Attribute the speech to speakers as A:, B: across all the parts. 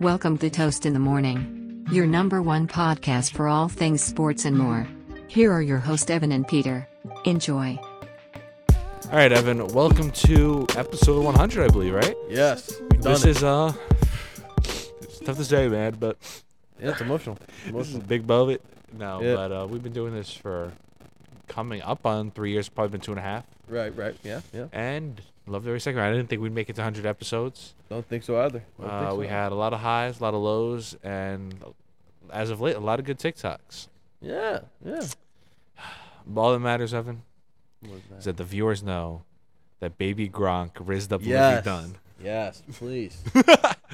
A: Welcome to Toast in the Morning, your number one podcast for all things sports and more. Here are your hosts, Evan and Peter. Enjoy.
B: All right, Evan. Welcome to episode 100, I believe. Right?
C: Yes, we've done
B: this
C: it.
B: is uh, it's tough to say, man, but
C: yeah, it's emotional.
B: this is
C: emotional.
B: Big Bovet. No,
C: Yeah.
B: but uh, we've been doing this for coming up on three years, probably been two and a half,
C: right, right. Yeah, yeah.
B: and loved every second. I didn't think we'd make it to 100 episodes.
C: Don't think so either. Don't think
B: Uh,
C: so
B: we
C: either.
B: had a lot of highs, a lot of lows, and as of late, a lot of good TikToks.
C: Yeah, yeah.
B: But all that matters, Evan,
C: What
B: is
C: was that?
B: that the viewers know that Baby Gronk rizzed up
C: Yes.
B: Done.
C: Yes, please.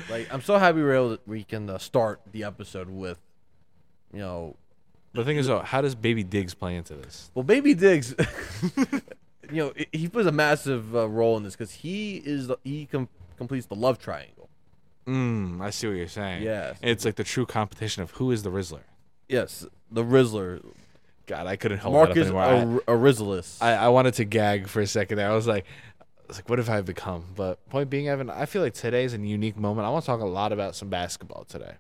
C: like, I'm so happy we're able to, we can uh, start the episode with, you know,
B: The thing is, though, how does Baby Diggs play into this?
C: well, Baby Diggs. you know, i- he plays a massive uh, role in this because he is the, he com- completes the love triangle.
B: Mm, I see what you're saying.
C: Yes.
B: It's like the true competition of who is the Rizzler.
C: Yes, the Rizzler,
B: God, I couldn't hold
C: Marcus
B: that up anymore.
C: Ar- Arizolis.
B: I, I, I wanted to gag for a second there. I was like, I was like, what have I become? But point being, Evan, I feel like today's a unique moment. I want to talk a lot about some basketball today.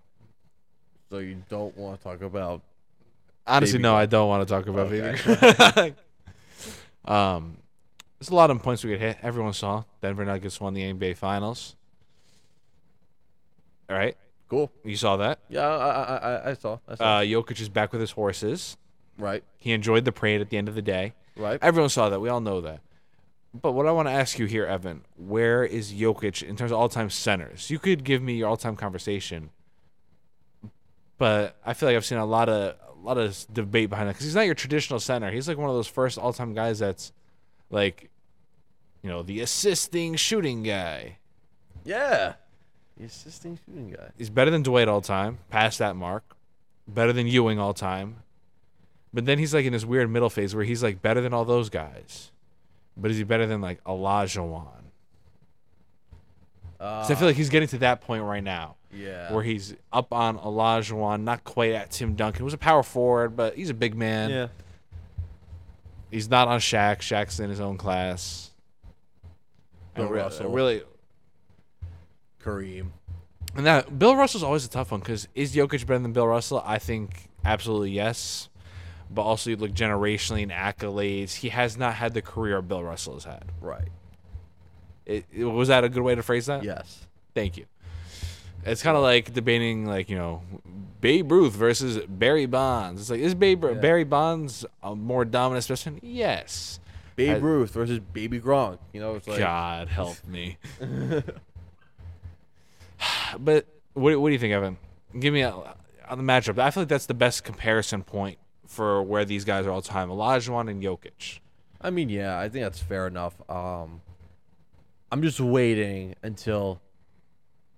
C: so you don't want to talk about
B: Honestly,
C: Baby
B: no,
C: Gronk.
B: I don't want to talk about
C: Okay.
B: baby. Gronk. um, there's a lot of points we could hit. Everyone saw Denver Nuggets won the NBA Finals. All right,
C: cool.
B: you saw that.
C: Yeah, I, I, I- I saw. I saw.
B: Uh, Jokic is back with his horses.
C: right,
B: He enjoyed the parade at the end of the day.
C: right.
B: Everyone saw that. We all know that. But what I want to ask you here, Evan, where is Jokic in terms of all time centers? You could give me your all time conversation, but I feel like I've seen a lot of a lot of s- debate behind that because he's not your traditional center. He's like one of those first all time guys that's like, you know, the assisting shooting guy.
C: Yeah. The assisting shooting guy.
B: He's better than Dwight all time, past that mark. Better than Ewing all time. But then he's like in this weird middle phase where he's like better than all those guys. But is he better than like Olajuwon?
C: Uh,
B: 'Cause I feel like he's getting to that point right now
C: yeah.
B: where he's up on Olajuwon, not quite at Tim Duncan, who's a power forward, but he's a big man.
C: yeah.
B: He's not on Shaq. Shaq's in his own class.
C: Bill
B: And re-
C: Russell.
B: Really,
C: Kareem.
B: And that Bill Russell's always a tough one because is Jokic better than Bill Russell? I think absolutely yes. But also, you look generationally in accolades, he has not had the career Bill Russell has had.
C: Right.
B: It, it- was that a good way to phrase that?
C: Yes.
B: Thank you. It's kind of like debating, like you know, Babe Ruth versus Barry Bonds. It's like is Babe
C: Yeah.
B: Barry Bonds a more dominant specimen? Yes.
C: Babe
B: I-
C: Ruth versus Baby Gronk. You know, it's like
B: God help me. but what, what do you think, Evan? Give me a, on the matchup. I feel like that's the best comparison point for where these guys are all time: Olajuwon and Jokic.
C: I mean, yeah, I think that's fair enough. Um I'm just waiting until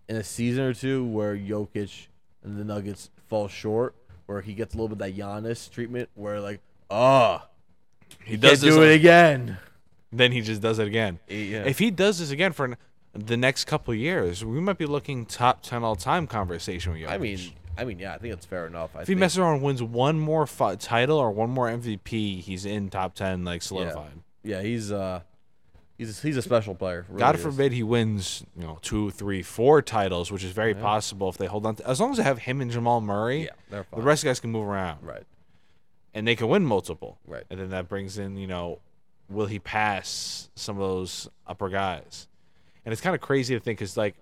C: in a season or two where Jokic and the Nuggets fall short, where he gets a little bit of that Giannis treatment where like, oh,
B: He does
C: does can't
B: this,
C: do it again.
B: then he just does it again.
C: Yeah.
B: If he does this again for an, the next couple of years, we might be looking top ten all time conversation with Jokic.
C: I mean I mean, yeah, I think it's fair enough. I
B: if he
C: think,
B: messes around and wins one more fi- title or one more MVP, he's in top ten, like solidified.
C: yeah, he's uh he's he's a special player. really
B: God
C: is.
B: forbid he wins, you know, two, three, four titles, which is very possible if they hold on. To, as long as they have him and Jamal Murray,
C: Yeah, they're
B: the
C: fine.
B: rest of the guys can move around
C: Right.
B: and they can win multiple.
C: Right.
B: And then that brings in, you know, will he pass some of those upper guys? And it's kind of crazy to think because, like,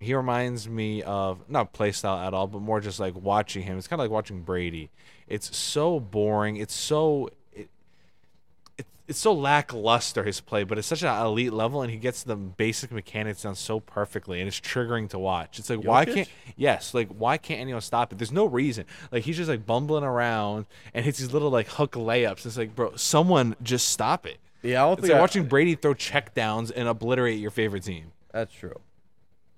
B: he reminds me of not play style at all, but more just like watching him. It's kind of like watching Brady. It's so boring. It's so. It, it, it's so lackluster his play, but it's such an elite level, and he gets the basic mechanics down so perfectly, and it's triggering to watch. It's like why
C: Jokic?
B: can't yes, like why can't anyone stop it? There's no reason. Like he's just like bumbling around and hits these little like hook layups. It's like bro, someone just stop it.
C: Yeah, I don't
B: It's
C: think
B: like
C: I-
B: watching Brady throw checkdowns and obliterate your favorite team.
C: That's true.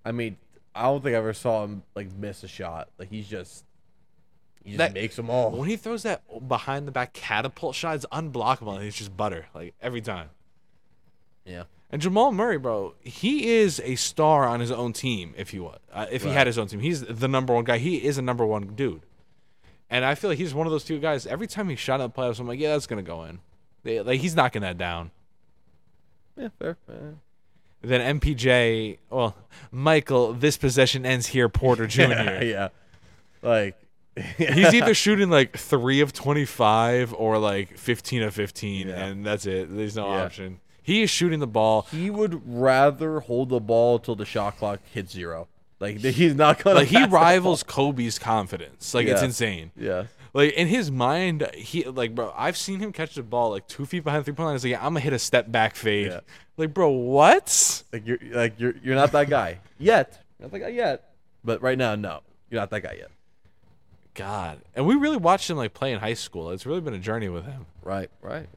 C: I mean, I don't think I ever saw him like miss a shot. Like he's just he just
B: That-
C: makes them all.
B: When he throws that behind the back catapult shot, it's unblockable and it's just butter, like every time.
C: Yeah.
B: And Jamal Murray, bro, he is a star on his own team. If he was, uh, if he
C: Right.
B: had his own team, he's the number one guy. He is a number one dude. And I feel like he's one of those two guys. Every time he shot in the playoffs, I'm like, yeah, that's gonna go in. They, like he's knocking that down.
C: Yeah, fair. fair.
B: Then MPJ, well, Michael, this possession ends here, Porter Jr.
C: Yeah, yeah. Like
B: He's either shooting like 3 of 25 or like 15 of 15, and that's it. There's no
C: Yeah.
B: option. He is shooting the ball.
C: he would rather hold the ball till the shot clock hits zero. Like th- he's not gonna.
B: Like he
C: pass the
B: rivals Kobe's confidence. Like it's
C: Yeah.
B: insane.
C: ball. Yeah.
B: Like in his mind, he like bro. I've seen him catch the ball like two feet behind the three point line. He's like, I'm gonna hit a step back fade.
C: Yeah.
B: Like bro, what?
C: Like you're like you're you're not that guy yet. You're not that guy yet. But right now, no, you're not that guy yet.
B: God. And we really watched him like play in high school. It's really been a journey with him.
C: Right. Right.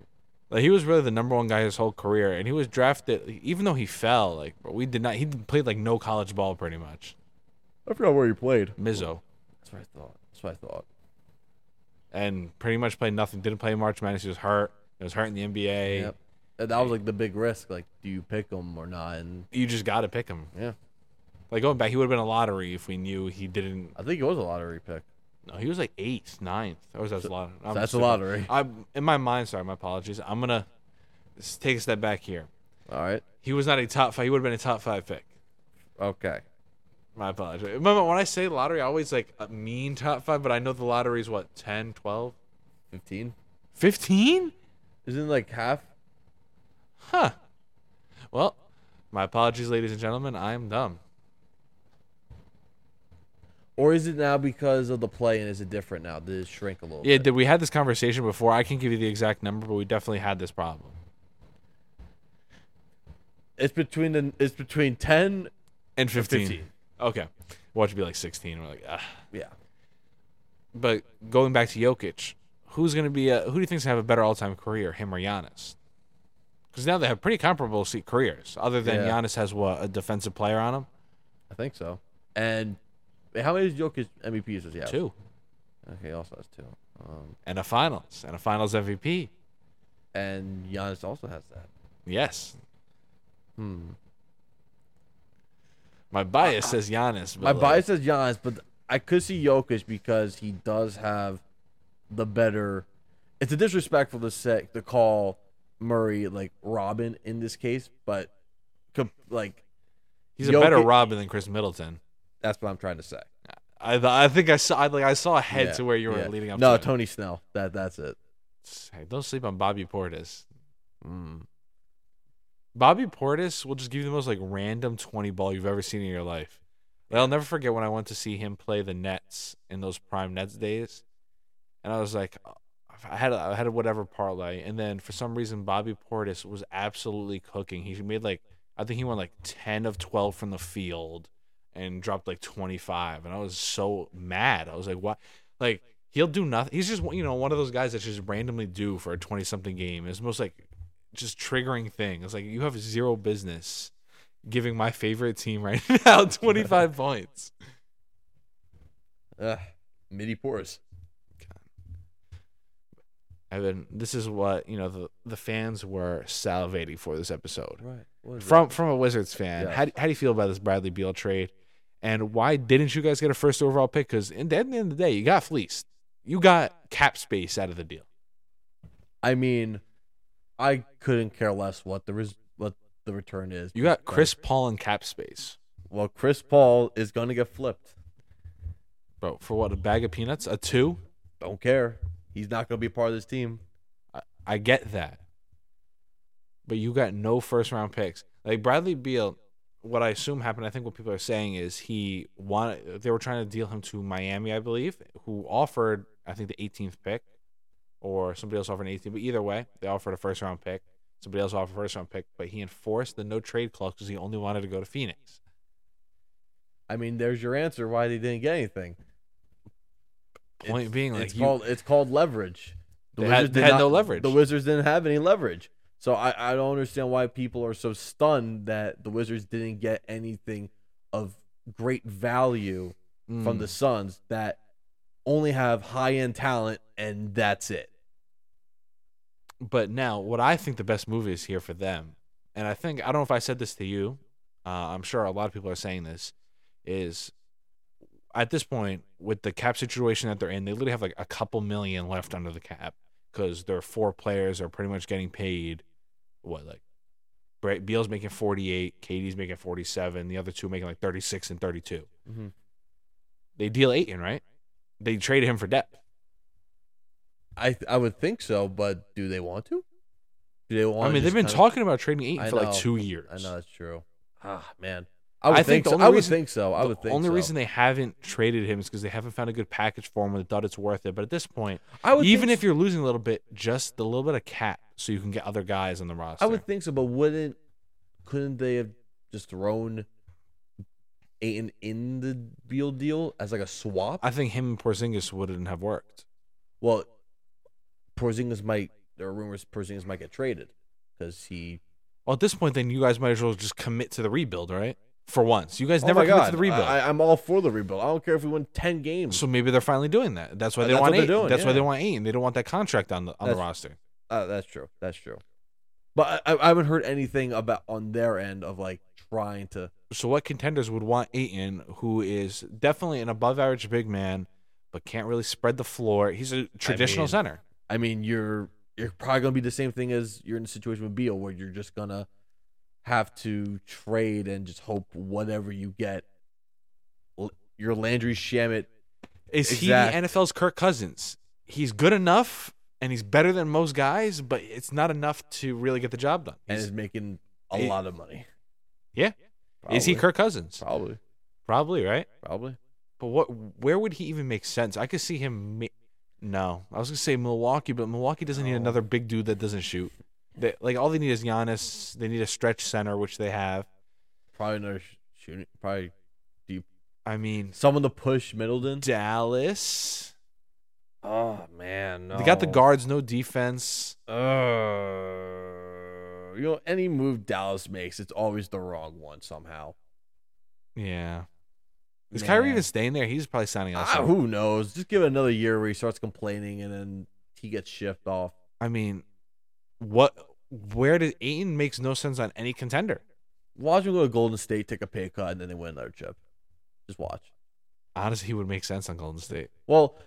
B: Like he was really the number one guy his whole career, and he was drafted even though he fell. Like bro, we did not. He played like no college ball pretty much.
C: I forgot where he played.
B: Mizzo,
C: That's what I thought. That's what I thought.
B: and pretty much played nothing. Didn't play March Madness. He was hurt. He was hurt in the NBA.
C: Yep. And that was like the big risk. Like, do you pick him or not? And
B: You just got to pick him.
C: yeah,
B: Like going back, he would have been a lottery if we knew he didn't
C: I think it was a lottery pick.
B: No, he was like eighth, ninth. Or was that a lottery? I'm
C: that's a
B: stupid.
C: lottery.
B: I'm in my mind. Sorry, my apologies. I'm gonna s- take a step back here.
C: All right.
B: He was not a top five. He would have been a top five pick.
C: Okay.
B: My apologies. Remember when I say lottery, I always like a mean top five, but I know the lottery is what 10, 12,
C: Fifteen.
B: 15?
C: Isn't it like half?
B: Huh. Well, my apologies, ladies and gentlemen. I'm dumb.
C: Or is it now because of the play and is it different now? Did it shrink a little?
B: Yeah,
C: bit?
B: did we had this conversation before? I can't give you the exact number, but we definitely had this problem.
C: It's between the it's between ten.
B: And 15.
C: 15.
B: Okay. Watch it be like 16. We're like, ah.
C: Yeah.
B: But going back to Jokic, who's going to be a, who do you think's going to have a better all-time career, him or Giannis? Because now they have pretty comparable se- careers. Other than
C: Yeah.
B: Giannis has what a defensive player on him,
C: I think so. And wait, how many Jokic MVPs does he have?
B: two,
C: Okay, he also has two. Um,
B: and a Finals and a Finals MVP.
C: and Giannis also has that.
B: Yes,
C: Hmm.
B: my bias says Giannis. But
C: My
B: like,
C: bias says Giannis, but I could see Jokic because he does have the better. It's a disrespectful to say to call Murray like Robin in this case, but com- like
B: he's a better
C: Jokic-
B: Robin than Chris Middleton.
C: that's what I'm trying to say.
B: I th- I think I saw I, like I saw ahead
C: Yeah,
B: to where you were
C: yeah.
B: leading up.
C: No,
B: to it.
C: Tony Snell. That that's it.
B: Hey, don't sleep on Bobby Portis.
C: Mm.
B: Bobby Portis will just give you the most like random twenty ball you've ever seen in your life. Like, I'll never forget when I went to see him play the Nets in those prime Nets days, and I was like, uh, I had a, I had a whatever parlay, and then for some reason Bobby Portis was absolutely cooking. He made like I think he won like ten of twelve from the field, and dropped like twenty five, and I was so mad. I was like, what? Like he'll do nothing. He's just you know one of those guys that just randomly do for a twenty something game. It's the most like just triggering thing. It's like you have zero business giving my favorite team right now 25 points.
C: Ugh, midi pores.
B: Evan, this is what, you know, the, the fans were salivating for this episode.
C: Right. What is
B: From from a Wizards fan,
C: Yeah.
B: how, do, how do you feel about this Bradley Beal trade? And why didn't you guys get a first overall pick? Because at the end of the day, you got fleeced. You got cap space out of the deal.
C: that? I mean, I couldn't care less what the res- what the return is.
B: You got
C: but-
B: Chris Paul and cap space.
C: Well, Chris Paul is gonna get flipped.
B: Bro, for what, a bag of peanuts? A two?
C: Don't care. He's not gonna be part of this team.
B: I get that. But you got no first round picks. Like Bradley Beal, what I assume happened, I think what people are saying is he wanted they were trying to deal him to Miami, I believe, who offered I think the 18th pick or somebody else offered an 18th, but either way, they offered a first round pick. Somebody else offered a first round pick, but he enforced the no trade clause because he only wanted to go to Phoenix.
C: I mean, there's your answer why they didn't get anything.
B: Point
C: It's-
B: being, like
C: it's
B: you-
C: called it's called leverage.
B: They had-
C: Wizards
B: they
C: did
B: had no leverage.
C: The Wizards didn't have any leverage, so I, I don't understand why people are so stunned that the Wizards didn't get anything of great value from
B: Mm.
C: the Suns that only have high end talent and that's it.
B: but now what I think the best movie is here for them, and I think I don't know if I said this to you, uh, I'm sure a lot of people are saying this, is at this point with the cap situation that they're in, they literally have like a couple million left under the cap because their four players are pretty much getting paid, what like Bre- Beal's making 48, KD's making 47, the other two making like 36 and 32.
C: Mhm.
B: They deal Aiton, right? They trade him for depth.
C: I th- I would think so, but do they want to? Do they want?
B: I
C: to
B: mean, they've
C: just
B: been
C: kinda-
B: talking about trading Aiton
C: I
B: for like
C: know.
B: two years.
C: I know that's true. Ah, man. I would
B: I think
C: think,
B: the
C: so.
B: only
C: I would
B: reason-
C: think so. I
B: the
C: would think
B: only
C: so.
B: reason they haven't traded him is because they haven't found a good package for him and thought it's worth it. But at this point,
C: I would
B: even
C: think
B: if you're losing a little bit, just a little bit of cap so you can get other guys on the roster.
C: I would think so, but wouldn't couldn't they have just thrown Aiton in the Beal deal as like a swap?
B: I think him and Porzingis wouldn't have worked.
C: well, Porzingis might. There are rumors Porzingis might get traded because he.
B: Well, at this point, then you guys might as well just commit to the rebuild, right? For once, you guys
C: Oh
B: never
C: my
B: commit
C: God,
B: to the rebuild.
C: I, I- I'm all for the rebuild. I don't care if we win ten games.
B: so maybe they're finally doing that. That's why
C: Uh,
B: they
C: that's
B: want
C: what they're
B: Aiton.
C: doing,
B: that's why
C: yeah.
B: they want Aiton. They don't want that contract on the on the
C: That's-
B: roster.
C: Uh, that's true. That's true. But I, I haven't heard anything about on their end of like trying to.
B: So what contenders would want Aiton, who is definitely an above average big man, but can't really spread the floor. He's a traditional
C: mean,
B: center.
C: I mean, you're you're probably gonna be the same thing as you're in a situation with Beal, where you're just gonna have to trade and just hope whatever you get. l- Your Landry Shamit,
B: Is
C: exact-
B: he the NFL's Kirk Cousins? He's good enough and he's better than most guys, but it's not enough to really get the job done.
C: and
B: He's-
C: is making a
B: it-
C: lot of money.
B: yeah. Is he
C: Probably.
B: Kirk Cousins?
C: Probably,
B: Probably, right?
C: probably.
B: But what where would he even make sense? I could see him ma- No. I was going to say Milwaukee, but Milwaukee doesn't need
C: No.
B: another big dude that doesn't shoot. They, like all they need is Giannis. They need a stretch center, which they have.
C: Probably another sh- shooting. Probably
B: I mean,
C: someone to push Middleton.
B: Dallas.
C: Oh man,
B: They got the guards, no defense.
C: Uh, you know, any move Dallas makes, it's always the wrong one somehow.
B: Yeah. Is
C: Man.
B: Kyrie even staying there? He's probably signing
C: Ah,
B: elsewhere.
C: who knows? Just give it another year where he starts complaining and then he gets shipped off.
B: I mean, what? Where does Aiton makes no sense on any contender?
C: Watch him go to Golden State, take a pay cut, and then they win another chip. Just watch.
B: Honestly, he would make sense on Golden State.
C: Well,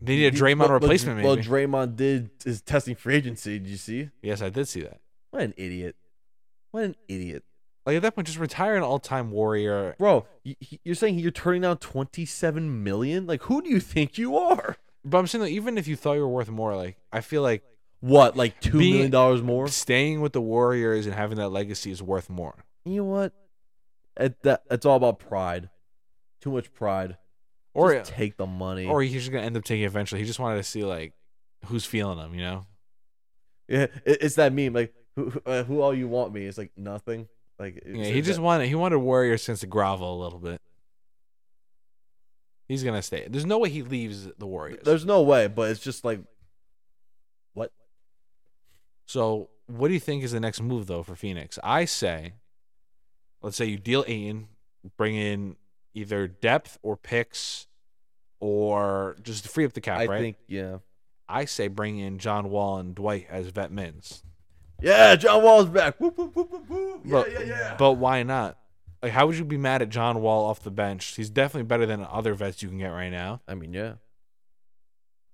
B: They need a
C: he-
B: Draymond
C: well, well,
B: replacement,
C: Well,
B: maybe.
C: Draymond did is testing free agency. Did you see?
B: yes, I did see that.
C: What an idiot! What an idiot,
B: Like at that point, just retire an all-time warrior.
C: bro! You, you're saying you're turning down 27 million? Like, who do you think you are?
B: But I'm saying that even if you thought you were worth more, like I feel like
C: What, like two
B: Being-
C: million dollars more?
B: staying with the Warriors and having that legacy is worth more.
C: You know what? It, that it's all about pride. Too much pride.
B: Or
C: Just take the money.
B: or he's just gonna end up taking it eventually. He just wanted to see like who's feeling him, you know.
C: Yeah, it, it's that meme like who who- uh, who all you want me? It's like nothing. Like it's-
B: Yeah, he
C: it's
B: just
C: that-
B: wanted he wanted Warriors since to grovel a little bit. He's gonna stay. There's no way he leaves the Warriors.
C: There's no way, but it's just like what?
B: so what do you think is the next move though for Phoenix? I say, let's say you deal Aiden, bring in either depth or picks, or just to free up the cap.
C: I
B: right?
C: think yeah.
B: I say bring in John Wall and Dwight as vet mins.
C: Yeah, John Wall's back. Whoop, whoop, whoop, whoop, whoop. Yeah,
B: But-
C: yeah, yeah.
B: But why not? Like, how would you be mad at John Wall off the bench? He's definitely better than other vets you can get right now.
C: I mean, yeah.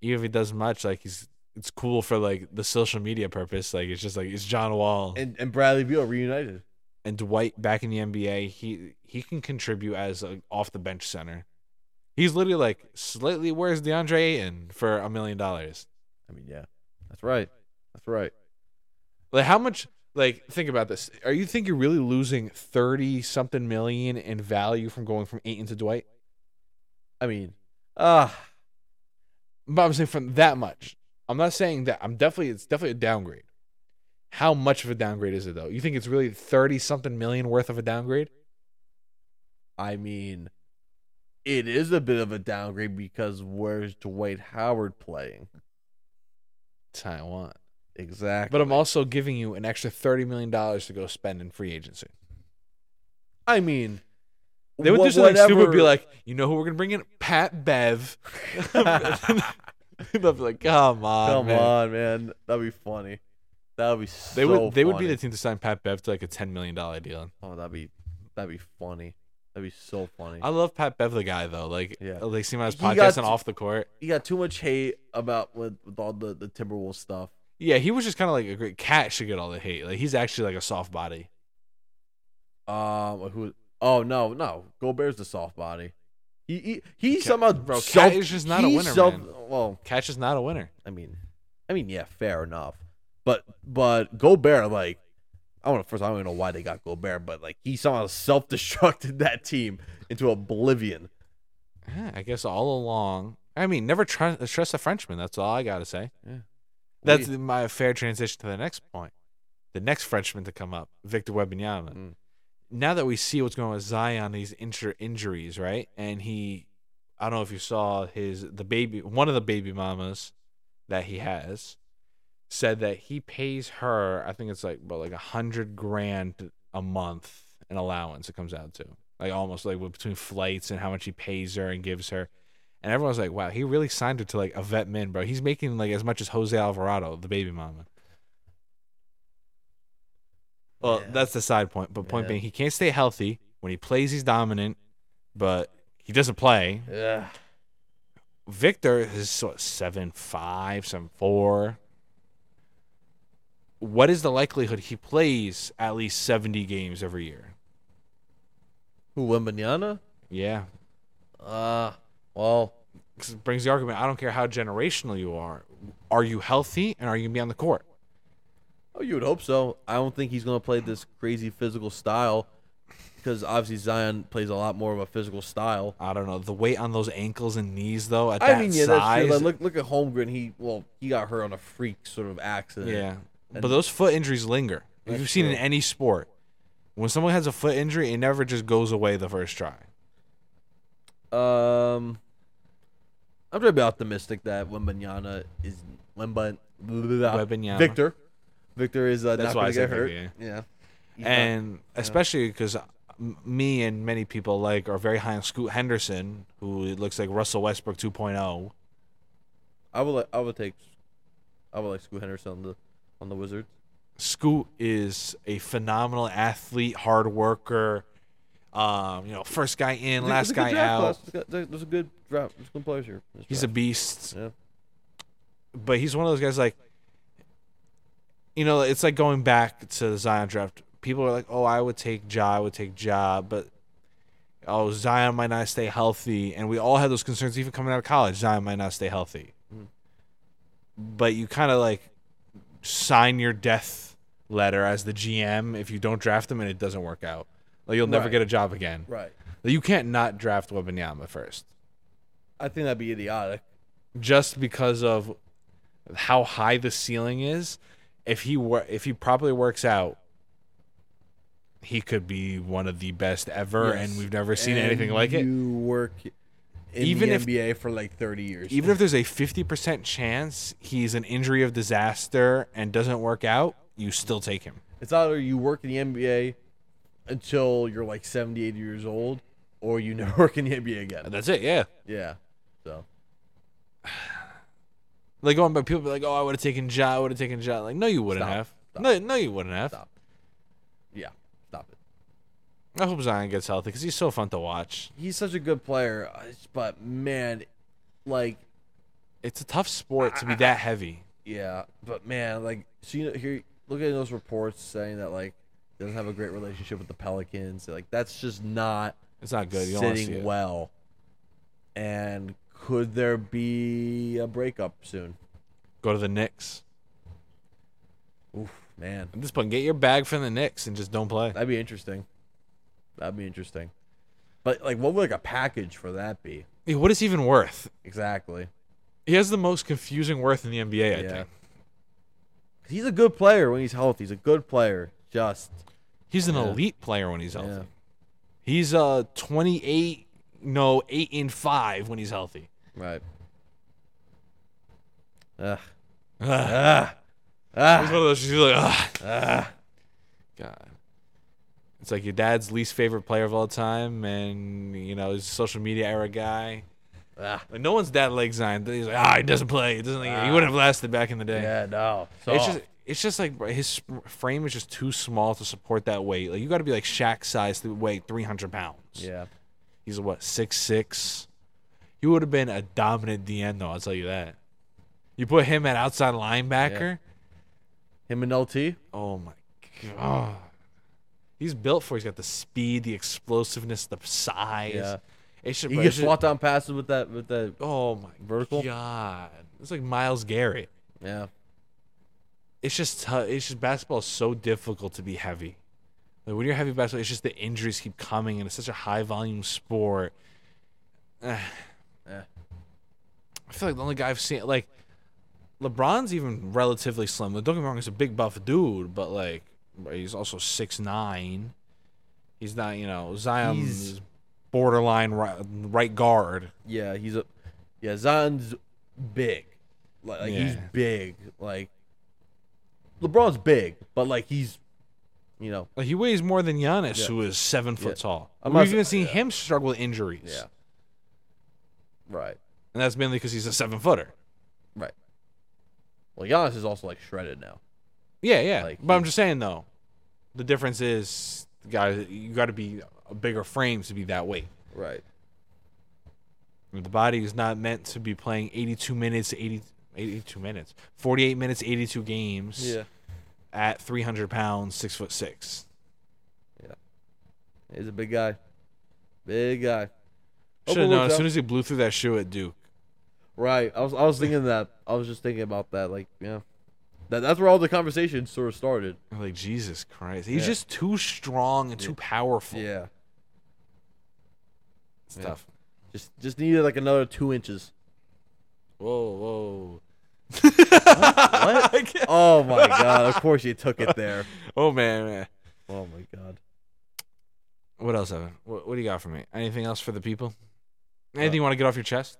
B: Even if he does much, like he's it's cool for like the social media purpose. Like it's just like it's John Wall and,
C: And and Bradley Beal reunited.
B: Dwight back in the NBA. He he can contribute as an off the bench center. He's literally like slightly where's DeAndre Ayton for a million dollars.
C: I mean, yeah. That's right. That's right.
B: Like how much? Like think about this. Are you think you're really losing thirty something million in value from going from Ayton to Dwight?
C: I mean, ah,
B: But I'm saying from that much. I'm not saying that. I'm definitely. It's definitely a downgrade. How much of a downgrade is it though? You think it's really thirty something million worth of a downgrade?
C: I mean, it is a bit of a downgrade because where's Dwight Howard playing?
B: Taiwan.
C: Exactly.
B: But I'm also giving you an extra thirty million dollars to go spend in free agency.
C: I mean,
B: They would
C: wha-
B: do something stupid. Be
C: whatever-
B: like, you know who we're gonna bring in? Pat Bev. They'll be like, come on,
C: Come
B: man."
C: on, man. That'd be funny. That would be so
B: They would. They would be
C: funny.
B: the team to sign Pat Bev to like a ten million dollar deal.
C: Oh, that'd be that'd be funny. That'd be so funny.
B: I love Pat Bev, the guy though. Like,
C: Yeah.
B: like seeing him on his
C: He got
B: podcast and
C: to-
B: off the court.
C: you got too much hate about with, with all the, the Timberwolves stuff.
B: Yeah, he was just kind of like a great cat should get all the hate. Like he's actually like a soft body.
C: Um, who? Oh no, no. Gobert's the soft body. He he, he
B: Cat-
C: somehow
B: bro, Cat
C: self-
B: is just not a
C: he
B: winner,
C: self-
B: man.
C: Well,
B: Cat's just not a winner.
C: I mean, I mean, yeah, fair enough. But but Gobert, like, I don't know. First, I don't even know why they got Gobert, but like, he somehow self-destructed that team into oblivion.
B: Yeah, I guess all along. I mean, never tr- trust a Frenchman. That's all I gotta say.
C: Yeah.
B: That's my fair transition to the next point. The next Frenchman to come up, Victor Wembanyama.
C: Mm.
B: Now that we see what's going on with Zion, these injur- injuries, right? And he, I don't know if you saw his the baby, one of the baby mamas that he has, said that he pays her. I think it's like about like a hundred grand a month in allowance. It comes out to like almost like between flights and how much he pays her and gives her. And everyone's like, wow, he really signed her to like a vet min, bro. He's making like as much as Jose Alvarado, the baby mama. Well,
C: Yeah.
B: that's the side point. But point
C: Yeah.
B: being, he can't stay healthy. When he plays, he's dominant, but he doesn't play.
C: Yeah.
B: Victor is what, seven five, seven four. What is the likelihood he plays at least seventy games every year?
C: Who Wembanyama?
B: Yeah,
C: Uh, well,
B: 'Cause it brings the argument. I don't care how generational you are. Are you healthy and are you gonna be on the court?
C: oh, you would hope so. I don't think he's gonna play this crazy physical style because obviously Zion plays a lot more of a physical style.
B: I don't know. The weight on those ankles and knees, though, at that
C: I mean, yeah, that's
B: size.
C: true. Like, look, look at Holmgren. He well, he got hurt on a freak sort of accident.
B: yeah,
C: And-
B: but those foot injuries linger. If
C: That's
B: you've seen in
C: true.
B: any sport, when someone has a foot injury, it never just goes away the first try.
C: Um, I'm trying to be optimistic that Wembanyama is Wemba,
B: Wembanyama.
C: Victor. Victor is uh,
B: That's
C: not
B: why I
C: going to get
B: said
C: hurt.
B: Victor,
C: Yeah. He's not-
B: and especially 'cause especially because me and many people like are very high on Scoot Henderson, who it looks like Russell Westbrook oh. 2.0.
C: I would like I would take I would like Scoot Henderson on the on the Wizards.
B: Scoot is a phenomenal athlete, hard worker. Um, you know, first guy in,
C: It's a- it's
B: last
C: a good
B: guy
C: draft
B: out.
C: class. It's got- There's there's a good draft. There's good players here. This
B: He's a
C: draft.
B: beast.
C: Yeah.
B: But he's one of those guys like you know, it's like going back to the Zion draft. People are like, "Oh, I would take Ja, I would take Ja," but oh, Zion might not stay healthy, and we all had those concerns even coming out of college. Zion might not stay healthy.
C: Mm-hmm.
B: But you kind of like sign your death letter as the GM if you don't draft him and it doesn't work out. Like you'll never
C: Right.
B: get a job again.
C: right.
B: Like, you can't not draft Webanyama first
C: I think that'd be idiotic.
B: just because of how high the ceiling is. If he wor- if he properly works out, he could be one of the best ever, and
C: Yes.
B: we've never seen
C: And
B: anything like it.
C: You work in
B: Even
C: the
B: if-
C: NBA for like 30 years.
B: Even if there's a fifty percent chance he's an injury of disaster and doesn't work out, you still take him.
C: It's either you work in the NBA until you're like 70, 80 years old, or you never work in the NBA
B: And
C: again.
B: that's it. Yeah.
C: Yeah. So
B: Like going by people be like, oh, I would have taken Ja, I would have taken Ja. Like, no, you wouldn't
C: Stop.
B: have.
C: Stop.
B: No, no, you wouldn't have.
C: stop. Yeah, stop it.
B: I hope Zion gets healthy because he's so fun to watch.
C: He's such a good player, uh, but man, like
B: It's a tough sport to be that heavy.
C: yeah, but man, like so you know here look at those reports saying that like he doesn't have a great relationship with the Pelicans. Like that's just not
B: It's not good. You don't want to see
C: sitting
B: it.
C: well. And could there be a breakup soon?
B: Go to the Knicks.
C: Oof, man.
B: At this point, get your bag from the Knicks and just don't play.
C: That'd be interesting. That'd be interesting. But like, what would like a package for that be?
B: Hey, What is he even worth?
C: Exactly.
B: He has the most confusing worth in the NBA, I
C: Yeah.
B: think.
C: 'Cause He's a good player when he's healthy. He's a good player. Just
B: He's an
C: Yeah.
B: elite player when he's healthy.
C: Yeah.
B: He's uh 28, no, 8 and 5 when he's healthy.
C: right. Ugh.
B: Ugh.
C: Ah.
B: He's
C: Ah.
B: one of those, he's like, ugh.
C: Ah.
B: God. It's like your dad's least favorite player of all time, and, you know, he's a social media era guy.
C: Ah.
B: Like, no one's dad like Zion. He's like, ah, he doesn't play. He, doesn't, he wouldn't have lasted back in the day.
C: Yeah. No.
B: It's
C: Soft.
B: just it's just like bro, his sp- frame is just too small to support that weight. Like you got to be like Shaq size to weigh 300 pounds.
C: yeah.
B: He's what six six. He would have been a dominant DN though. I'll tell you that. You put him at outside linebacker,
C: Him and LT.
B: Oh my god. He's built for. it. He's got the speed, the explosiveness, the size.
C: Yeah.
B: It should.
C: He
B: it
C: gets
B: should-
C: walked down passes with that with that.
B: Oh my
C: Vertical?
B: God, it's like Miles Garrett.
C: Yeah.
B: It's just tou- it's just basketball is so difficult to be heavy. Like when you're heavy basketball, it's just the injuries keep coming, and it's such a high volume sport.
C: Eh.
B: I feel like the only guy I've seen like LeBron's even relatively slim. Don't get me wrong, he's a big buff dude, but like he's also six nine. He's not, you know, Zion's
C: He's-
B: borderline right, right guard.
C: Yeah, he's a yeah, Zion's big. Like, like, he's
B: Yeah.
C: big. Like LeBron's big, but like he's you know,
B: Like he weighs more than Giannis,
C: Yeah.
B: who is seven foot tall.
C: I'm
B: We've
C: not-
B: even seen
C: yeah.
B: him struggle with injuries.
C: yeah. Right.
B: And that's mainly because he's a seven footer.
C: Right. Well, Giannis is also like shredded now.
B: Yeah, yeah.
C: Like,
B: but I'm
C: he-
B: just saying though, the difference is the guy you got to be a bigger frame to be that weight.
C: Right.
B: The body is not meant to be playing 82 minutes, 80, 82 minutes, 48 minutes, 82 games
C: Yeah.
B: at 300 pounds, six foot six.
C: He's a big guy. Big guy. Hope
B: Should have
C: it
B: known
C: works
B: as soon
C: out.
B: as he blew through that shoe at Duke.
C: Right. I was I was thinking that. I was just thinking about that. Like, yeah. That that's where all the conversation sort of started.
B: I'm Like Jesus Christ, he's
C: Yeah.
B: just too strong and too powerful.
C: Yeah.
B: it's
C: Yeah.
B: tough.
C: Just just needed like another two inches.
B: Whoa, whoa.
C: Oh my god. Of course you took it there.
B: Oh man, man.
C: Oh my god.
B: What else, Evan? What, what do you got for me? Anything else for the people? Anything you want to get off your chest?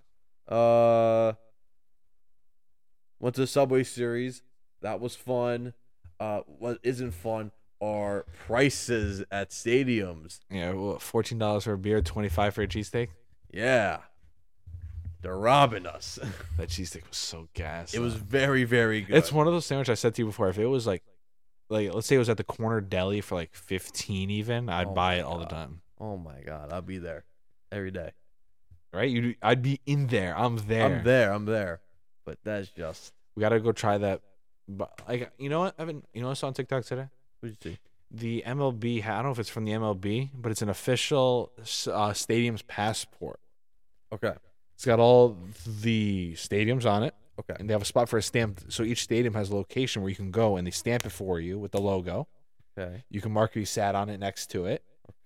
C: Uh went to the Subway series. That was fun. Uh what isn't fun are prices at stadiums.
B: Yeah, well, fourteen dollars for a beer, twenty five for a cheesesteak.
C: Yeah. They're robbing us.
B: That cheesesteak was so gas.
C: It was very, very good.
B: It's one of those sandwiches I said to you before. If it was like, like let's say it was at the corner deli for like fifteen, even I'd
C: Oh
B: buy
C: my
B: it all the
C: God.
B: time.
C: Oh my god, I'll be there every day.
B: Right? You, I'd be in there. I'm there.
C: I'm there. I'm there. But that's just
B: We gotta go try that. But like, you know what, Evan? You know what I saw on TikTok today?
C: what you see.
B: the MLB. ha- I don't know if it's from the MLB, but it's an official s- uh, stadium's passport.
C: Okay.
B: It's got all the stadiums on it,
C: Okay.
B: and they have a spot for a stamp. So each stadium has a location where you can go, and they stamp it for you with the logo.
C: Okay.
B: You can mark where you sat on it next to it.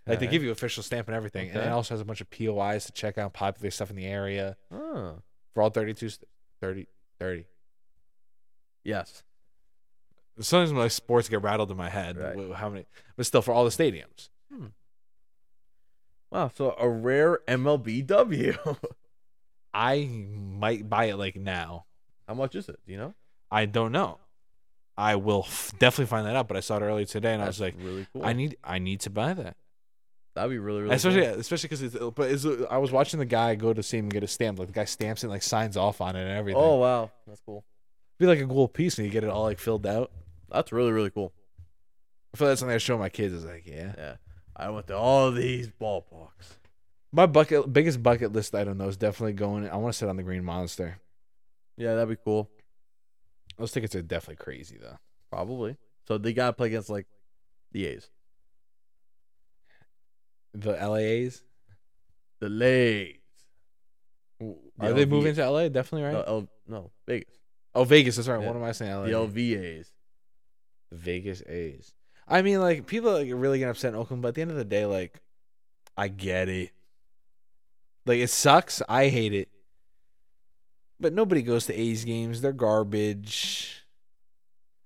B: Like they
C: Okay.
B: give you official stamp and everything, and it
C: Okay.
B: also has a bunch of POIs to check out popular stuff in the area
C: Oh.
B: for all 32, st- 30, 30.
C: Yes.
B: Sometimes my sports get rattled in my head.
C: Right.
B: wh- How many? But still, for all the stadiums.
C: Wow. So a rare MLBW.
B: I might buy it like now.
C: How much is it? Do you know?
B: I don't know. I will f- definitely find that out. But I saw it earlier today, and
C: That's
B: I was like,
C: really cool.
B: I need, I need to buy that.
C: That'd be really, really.
B: especially,
C: cool.
B: especially because it's. But it's, I was watching the guy go to see him get a stamp. Like the guy stamps it, and, like signs off on it and everything.
C: Oh wow, that's cool.
B: be like a gold piece, and you get it all like filled out.
C: That's really, really cool.
B: I feel like that's something I show my kids. Is like, yeah.
C: Yeah. I went to all these ballparks.
B: My bucket, biggest bucket list item though is definitely going. I want to sit on the Green Monster.
C: Yeah, that'd be cool.
B: Those tickets are definitely crazy though.
C: Probably. So they gotta play against like the A's,
B: The LAAs.
C: the Lays.
B: Are
C: The
B: they
C: LV
B: moving to LA? Definitely right.
C: No, L- no, Vegas.
B: oh, Vegas. That's right.
C: Yeah.
B: What am I saying? LA.
C: The LVAs.
B: Vegas A's. I mean, like people like, really get upset in Oakland, but at the end of the day, like I get it. Like it sucks. I hate it. But nobody goes to A's games. They're garbage.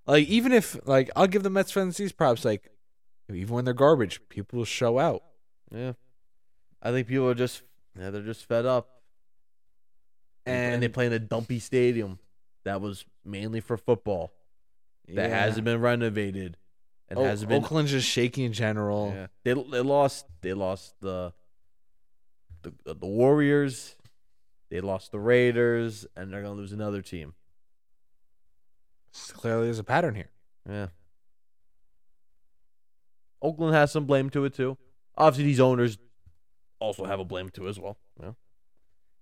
B: Like even if like I'll give the Mets fans these props. Like even when they're garbage, people will show out.
C: Yeah. I think people are just yeah, they're just fed up. And,
B: And,
C: they play in a dumpy stadium that was mainly for football. That
B: Yeah. Oh,
C: hasn't been renovated. And
B: O-
C: hasn't been
B: Oakland's just shaky in general.
C: Yeah. They they lost they lost the the the Warriors, they lost the Raiders, and they're gonna lose another team.
B: Clearly, there's a pattern here.
C: Yeah. Oakland has some blame to it too. Obviously, these owners also have a blame to it as well. Yeah.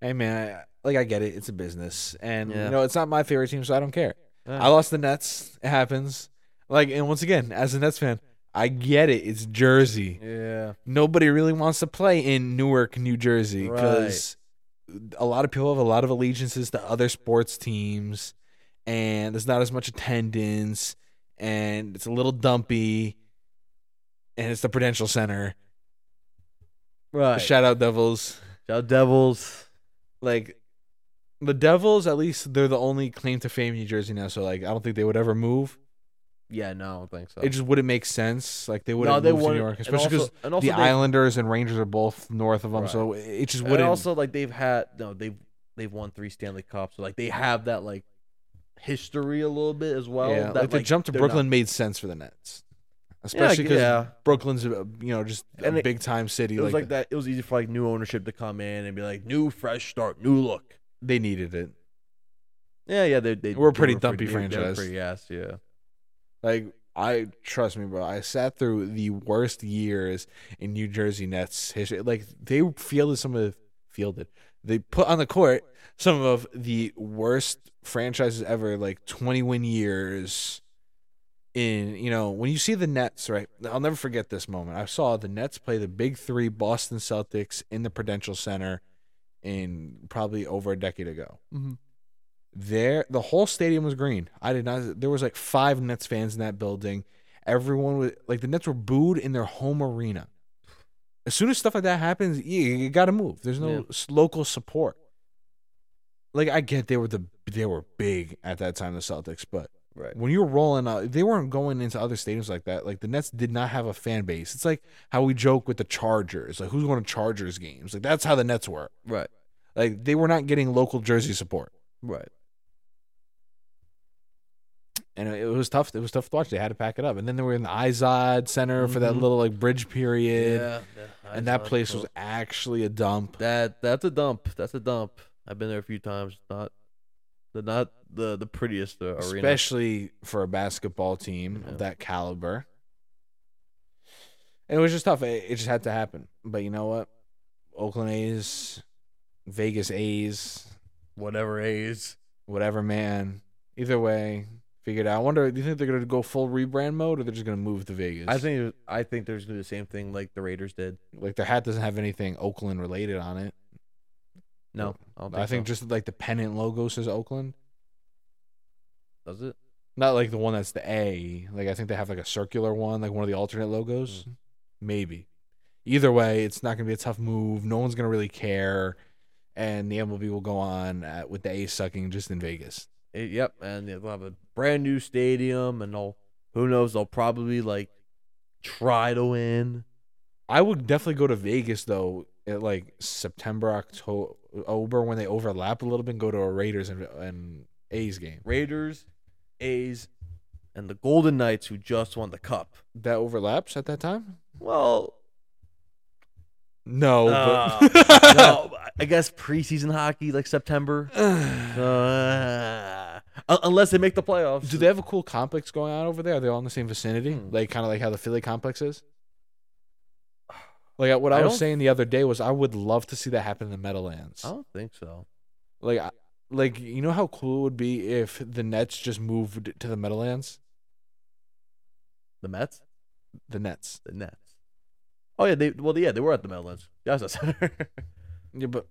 B: Hey man, I, like I get it. It's a business, and
C: Yeah.
B: you know it's not my favorite team, so I don't care.
C: Yeah.
B: I lost the Nets. It happens. Like, and once again, as a Nets fan, I get it. It's Jersey.
C: Yeah.
B: Nobody really wants to play in Newark, New Jersey,
C: Right.
B: because a lot of people have a lot of allegiances to other sports teams, and there's not as much attendance, and it's a little dumpy, and it's the Prudential Center.
C: Right. Shout
B: Shout out Devils.
C: out Devils.
B: like the Devils, at least they're the only claim to fame in New Jersey now. So like, I don't think they would ever move.
C: Yeah, no, I don't think so.
B: It just wouldn't make sense. Like they wouldn't move to New
C: Oh. wouldn't-
B: York,
C: and
B: especially because
C: also- and also
B: the
C: they-
B: Islanders and Rangers are both north of them.
C: Right.
B: So it just
C: And
B: wouldn't.
C: also, like they've had no, they've they've won three Stanley Cups. So, like they have that like history a little bit as well.
B: yeah,
C: that,
B: like the jump to
C: they're not-
B: Brooklyn made sense for the Nets,
C: Yeah,
B: especially because
C: yeah.
B: Brooklyn's a- you know just
C: And
B: a
C: it-
B: big time city.
C: it was
B: Like,
C: like that. It was easy for like new ownership to come in and be like new, fresh start, new look.
B: they needed it.
C: Yeah, yeah, they, they
B: We're a
C: they
B: pretty
C: were
B: dumpy
C: they were- they were
B: franchise.
C: Pretty ass, yeah.
B: Like I trust me, bro. I sat through the worst years in New Jersey Nets history. Like they fielded some of the fielded. They put on the court some of the worst franchises ever, like twenty win years. In you know when you see the Nets, right? I'll never forget this moment. I saw the Nets play the Big Three Boston Celtics in the Prudential Center in probably over a decade ago there the whole stadium was green i did not there was like five nets fans in that building everyone was like the nets were booed in their home arena as soon as stuff like that happens you, you gotta move there's no
C: Yeah.
B: s- local support like i get they were the they were big at that time the celtics but
C: Right.
B: when you're rolling out they weren't going into other stadiums like that like the nets did not have a fan base it's like how we joke with the chargers like who's going to chargers games like that's how the nets were
C: Right.
B: like they were not getting local jersey support
C: Right.
B: and it it was tough. It was tough to watch. They had to pack it up, and then they were in the Izod Center for that
C: Mhm.
B: little like bridge period,
C: yeah,
B: and
C: I
B: that
C: saw it,
B: place
C: bro.
B: was actually a dump.
C: that that's a dump. That's a dump. I've been there a few times. Not the not the the prettiest uh, arena.
B: especially for a basketball team
C: Yeah.
B: of that caliber. And it was just tough. It, it just had to happen. But you know what? Oakland A's, Vegas A's,
C: Whatever A's.
B: whatever, man. Either way, figured out. I wonder. Do you think they're gonna go full rebrand mode, or they're just gonna move to Vegas?
C: I think I think there's gonna be the same thing like the Raiders did.
B: like their hat doesn't have anything Oakland related on it.
C: No, I don't think,
B: I think
C: so.
B: just like the pennant logo says Oakland,
C: does it.
B: not like the one that's the A. Like I think they have like a circular one, like one of the alternate logos. Maybe. Either way, it's not gonna be a tough move. No one's gonna really care, and the MLB will go on at, with the A sucking just in Vegas.
C: It- yep, and they'll have a brand new stadium, and they'll who knows they'll probably like try to win.
B: I would definitely go to Vegas though at like September, October, when they overlap a little bit, and go to a Raiders and, and A's game.
C: Raiders, A's, and the Golden Knights who just won the cup.
B: That overlaps at that time.
C: Well,
B: No, but
C: Uh, no, I guess preseason hockey like September. Uh, un- unless they make the playoffs.
B: Do they have a cool complex going on over there? Are they all in the same vicinity?
C: Hmm.
B: Like kind of like how the Philly complex is? Like what I,
C: I
B: was
C: don't- Oh.
B: saying the other day was I would love to see that happen in the Meadowlands.
C: I don't think so.
B: Like I- like you know how cool it would be if the Nets just moved to the Meadowlands?
C: The Mets,
B: The Nets.
C: the Nets. Oh yeah, they well yeah they were at the Meadowlands. That's a center.
B: Yeah, but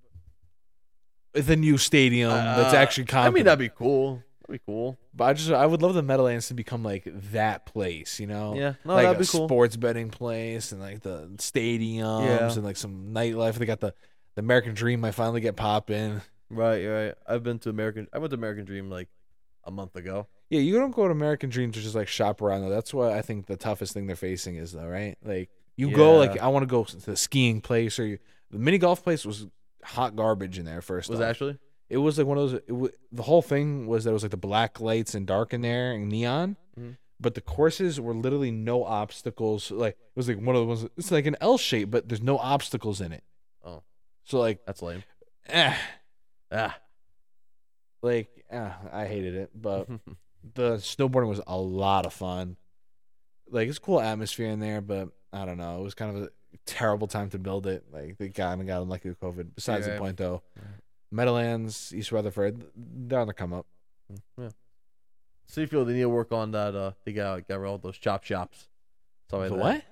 B: with a new stadium that's
C: Uh,
B: actually competent.
C: I mean that'd be cool. That'd be cool.
B: but I just I would love the Meadowlands to become like that place, you know?
C: Yeah, no,
B: like
C: that'd
B: a
C: be cool.
B: sports betting place and like the stadiums
C: Yeah.
B: and like some nightlife. They got the, the American Dream might finally get popping.
C: Right, right. I've been to American. I went to American Dream like a month ago.
B: Yeah, you don't go to American Dream to just like shop around though. That's what I think the toughest thing they're facing is though, right? Like you go like
C: Yeah.
B: I want to go to the skiing place or you, the mini golf place was hot garbage in there first.
C: Was
B: off.
C: actually
B: it was like one of those. It w- the whole thing was that it was like the black lights and dark in there and neon,
C: Mhm.
B: but the courses were literally no obstacles. Like it was like one of the ones. It's like an L shape, but there's no obstacles in it.
C: Oh.
B: so like,
C: that's lame.
B: eh,
C: Ah,
B: like eh, I hated it, but
C: Mm-hmm.
B: the snowboarding was a lot of fun. Like it's cool atmosphere in there, but I don't know. It was kind of a terrible time to build it. Like they got and got unlucky with COVID. Besides
C: Yeah.
B: the point though,
C: Yeah.
B: Meadowlands, East Rutherford, they're on the come up.
C: yeah. City field, they need to work on that. Uh, they got got rid of all those chop shops. Stuff like
B: The
C: that.
B: what?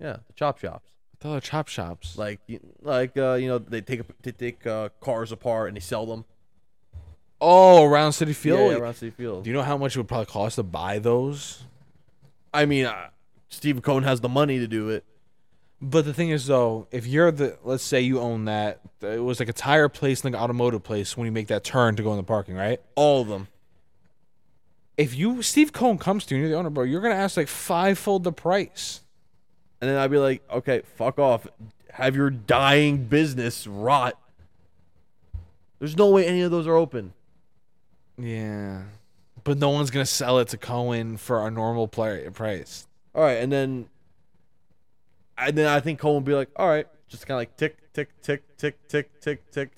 C: Yeah, the chop shops.
B: The chop shops.
C: Like y- like uh, you know they take they take uh, cars apart and they sell them.
B: oh, around City
C: Yeah,
B: Field.
C: yeah, around City Field.
B: Do you know how much it would probably cost to buy those?
C: I mean, uh, Steve Cohen has the money to do it.
B: But the thing is, though, if you're the, let's say you own that, it was like a tire place, like an automotive place, when you make that turn to go in the parking, right?
C: All of them.
B: If you, Steve Cohen comes to you, and you're the owner, bro, you're going to ask like fivefold the price.
C: And then I'd be like, okay, fuck off. Have your dying business rot. There's no way any of those are open.
B: Yeah. But no one's going to sell it to Cohen for a normal pli- price.
C: All right, and then, and then I think Cole would be like, all right, just kind of like tick, tick, tick, tick, tick, tick, tick,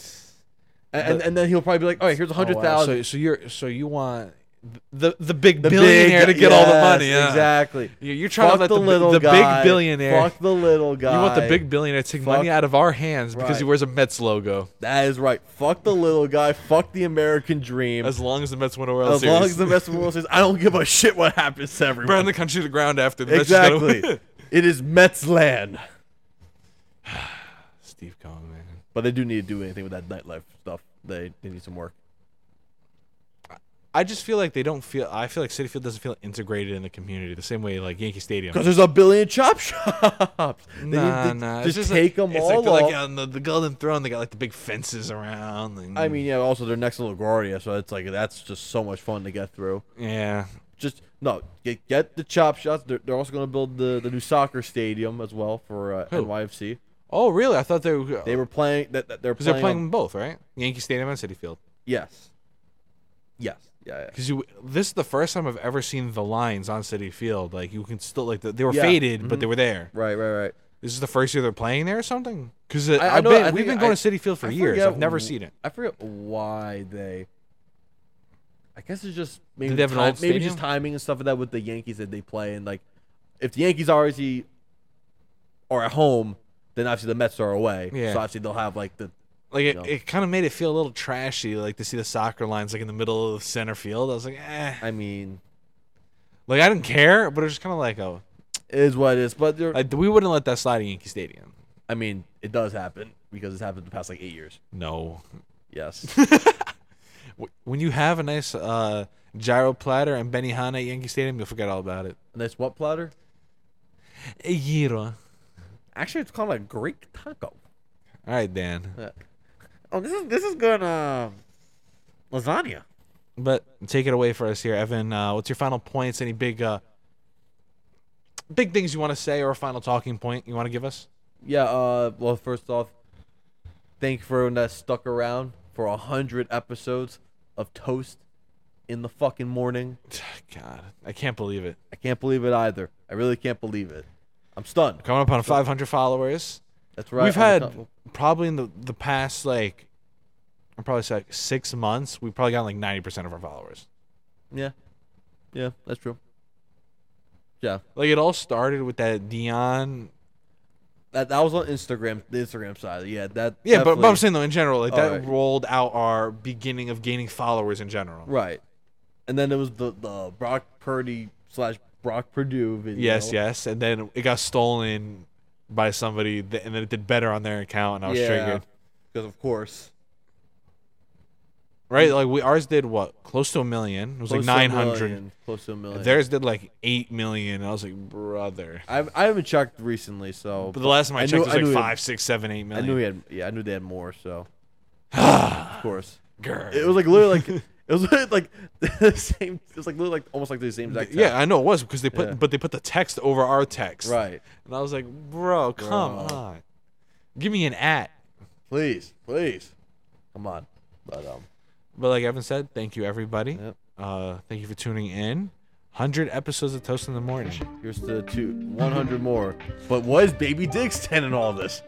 C: and and, and then he'll probably be like, all right, here's a hundred
B: Oh, wow.
C: thousand.
B: So, so you're, so you want the, the big
C: The
B: billionaire
C: big-
B: to get all the
C: yes,
B: money. Yeah.
C: Exactly.
B: You're you're trying
C: Fuck
B: to let the, bi-
C: little
B: the
C: guy.
B: big billionaire.
C: Fuck the little guy.
B: You want the big billionaire to take money
C: Fuck.
B: out of our hands because he
C: Right.
B: wears a Mets logo.
C: That is right. Fuck the little guy. Fuck the American dream.
B: As
C: As,
B: long as the Mets win a World Series,
C: long as the best World Series, I don't give a shit what happens to everyone.
B: burn the country to the ground after the Mets just gotta
C: exactly.
B: win.
C: it is Mets land.
B: Steve Cohen, man.
C: But they do need to do anything with that nightlife stuff. They, they need some work.
B: I just feel like they don't feel. I feel like City Field doesn't feel integrated in the community the same way like Yankee Stadium.
C: Because there's a billion chop shops. They need
B: Nah,
C: to
B: nah.
C: Just,
B: it's just
C: take
B: like,
C: them
B: it's
C: all
B: like, they're like
C: off.
B: on the, the Golden Throne. They got like the big fences around. And,
C: I mean, yeah. Also, they're next to LaGuardia, so it's like that's just so much fun to get through.
B: yeah.
C: Just no, get get the chop shots. They're, they're also going to build the, the new soccer stadium as well for uh,
B: Who?
C: NYFC.
B: Oh, really? I thought they were.
C: They were playing that, that they're
B: because
C: playing.
B: they're playing
C: on-
B: them both, right? Yankee Stadium and City Field.
C: yes, yes, yeah. yeah.
B: Because you, this is the first time I've ever seen the lines on City Field. Like you can still like the, they were
C: Yeah. Mm-hmm.
B: faded, but they were there.
C: Right, right, right.
B: This is the first year they're playing there or something? Because
C: I
B: I've
C: know-
B: been,
C: I
B: we've
C: think
B: been going
C: I-
B: to City Field for
C: I
B: years.
C: forget
B: I've never
C: wh-
B: seen it.
C: I forget why they. I guess it's just maybe
B: they have an
C: ti-
B: old
C: maybe
B: stadium?
C: just timing and stuff like that with the Yankees that they play and like, if the Yankees obviously are at home, then obviously the Mets are away.
B: Yeah.
C: So obviously they'll have like the
B: Like it,
C: No.
B: it kind of made it feel a little trashy, like to see the soccer lines like in the middle of center field. I was like, eh.
C: I mean,
B: Like I didn't care, but it was just kind of like, oh,
C: it is what it is. But there, I,
B: like, we wouldn't let that slide at Yankee Stadium.
C: mean, it does happen because it's happened the past like eight years.
B: No.
C: Yes.
B: Wh- When you have a nice uh, gyro platter and Benihana at Yankee Stadium, you'll forget all about it.
C: and that's what platter?
B: A gyro.
C: Actually, it's called a Greek taco.
B: All right, Dan.
C: Yeah. Oh, this is this is good. Um, lasagna.
B: But take it away for us here, Evan. Uh, what's your final points? Any big, uh, big things you want to say, or a final talking point you want to give us?
C: Yeah, uh well first off, thank you for everyone that stuck around for a hundred episodes of Toast in the fucking morning.
B: God, I can't believe it.
C: I can't believe it either. I really can't believe it. I'm stunned.
B: Coming up on 500 followers.
C: That's right.
B: We've
C: I'm
B: had
C: stunned.
B: probably in the the past like, I probably say like six months. We've probably gotten like 90 percent of our followers.
C: Yeah. Yeah, that's true. Yeah.
B: Like it all started with that Dion.
C: That that was on Instagram the Instagram side. Yeah, that
B: Yeah, but, but I'm
C: definitely-
B: saying though in general, like that
C: Alright.
B: rolled out our beginning of gaining followers in general.
C: Right. And then it was the, the Brock Purdy slash Brock Purdue video.
B: Yes, yes, and then it got stolen by somebody, th- and then it did better on their account, and I was triggered.
C: Because of course.
B: Right, like we ours did what close to a million. It was
C: Close to a
B: like nine hundred.
C: million, Close to a million.
B: Theirs did like eight million. And I was like, brother.
C: I've, I haven't checked recently, so.
B: But the last time I,
C: I
B: checked,
C: knew-
B: it was
C: I
B: like
C: knew it-
B: five, six, seven, eight
C: I
B: million.
C: knew he had. Yeah, I knew they had more. So. of course,
B: Grr.
C: it was like literally like it was literally like the same. It was like literally like almost like the same exact.
B: yeah, I know it was because they put,
C: Yeah.
B: but they put the text over our text.
C: text. Right.
B: And I was like, bro, come
C: Bro.
B: on, give me an at.
C: Please, please, come on. But um,
B: But like Evan said, thank you everybody.
C: Yep.
B: Uh, thank you for tuning in. Hundred episodes of Toast in the Morning.
C: here's the two 100 more. But was Baby Dick in all this?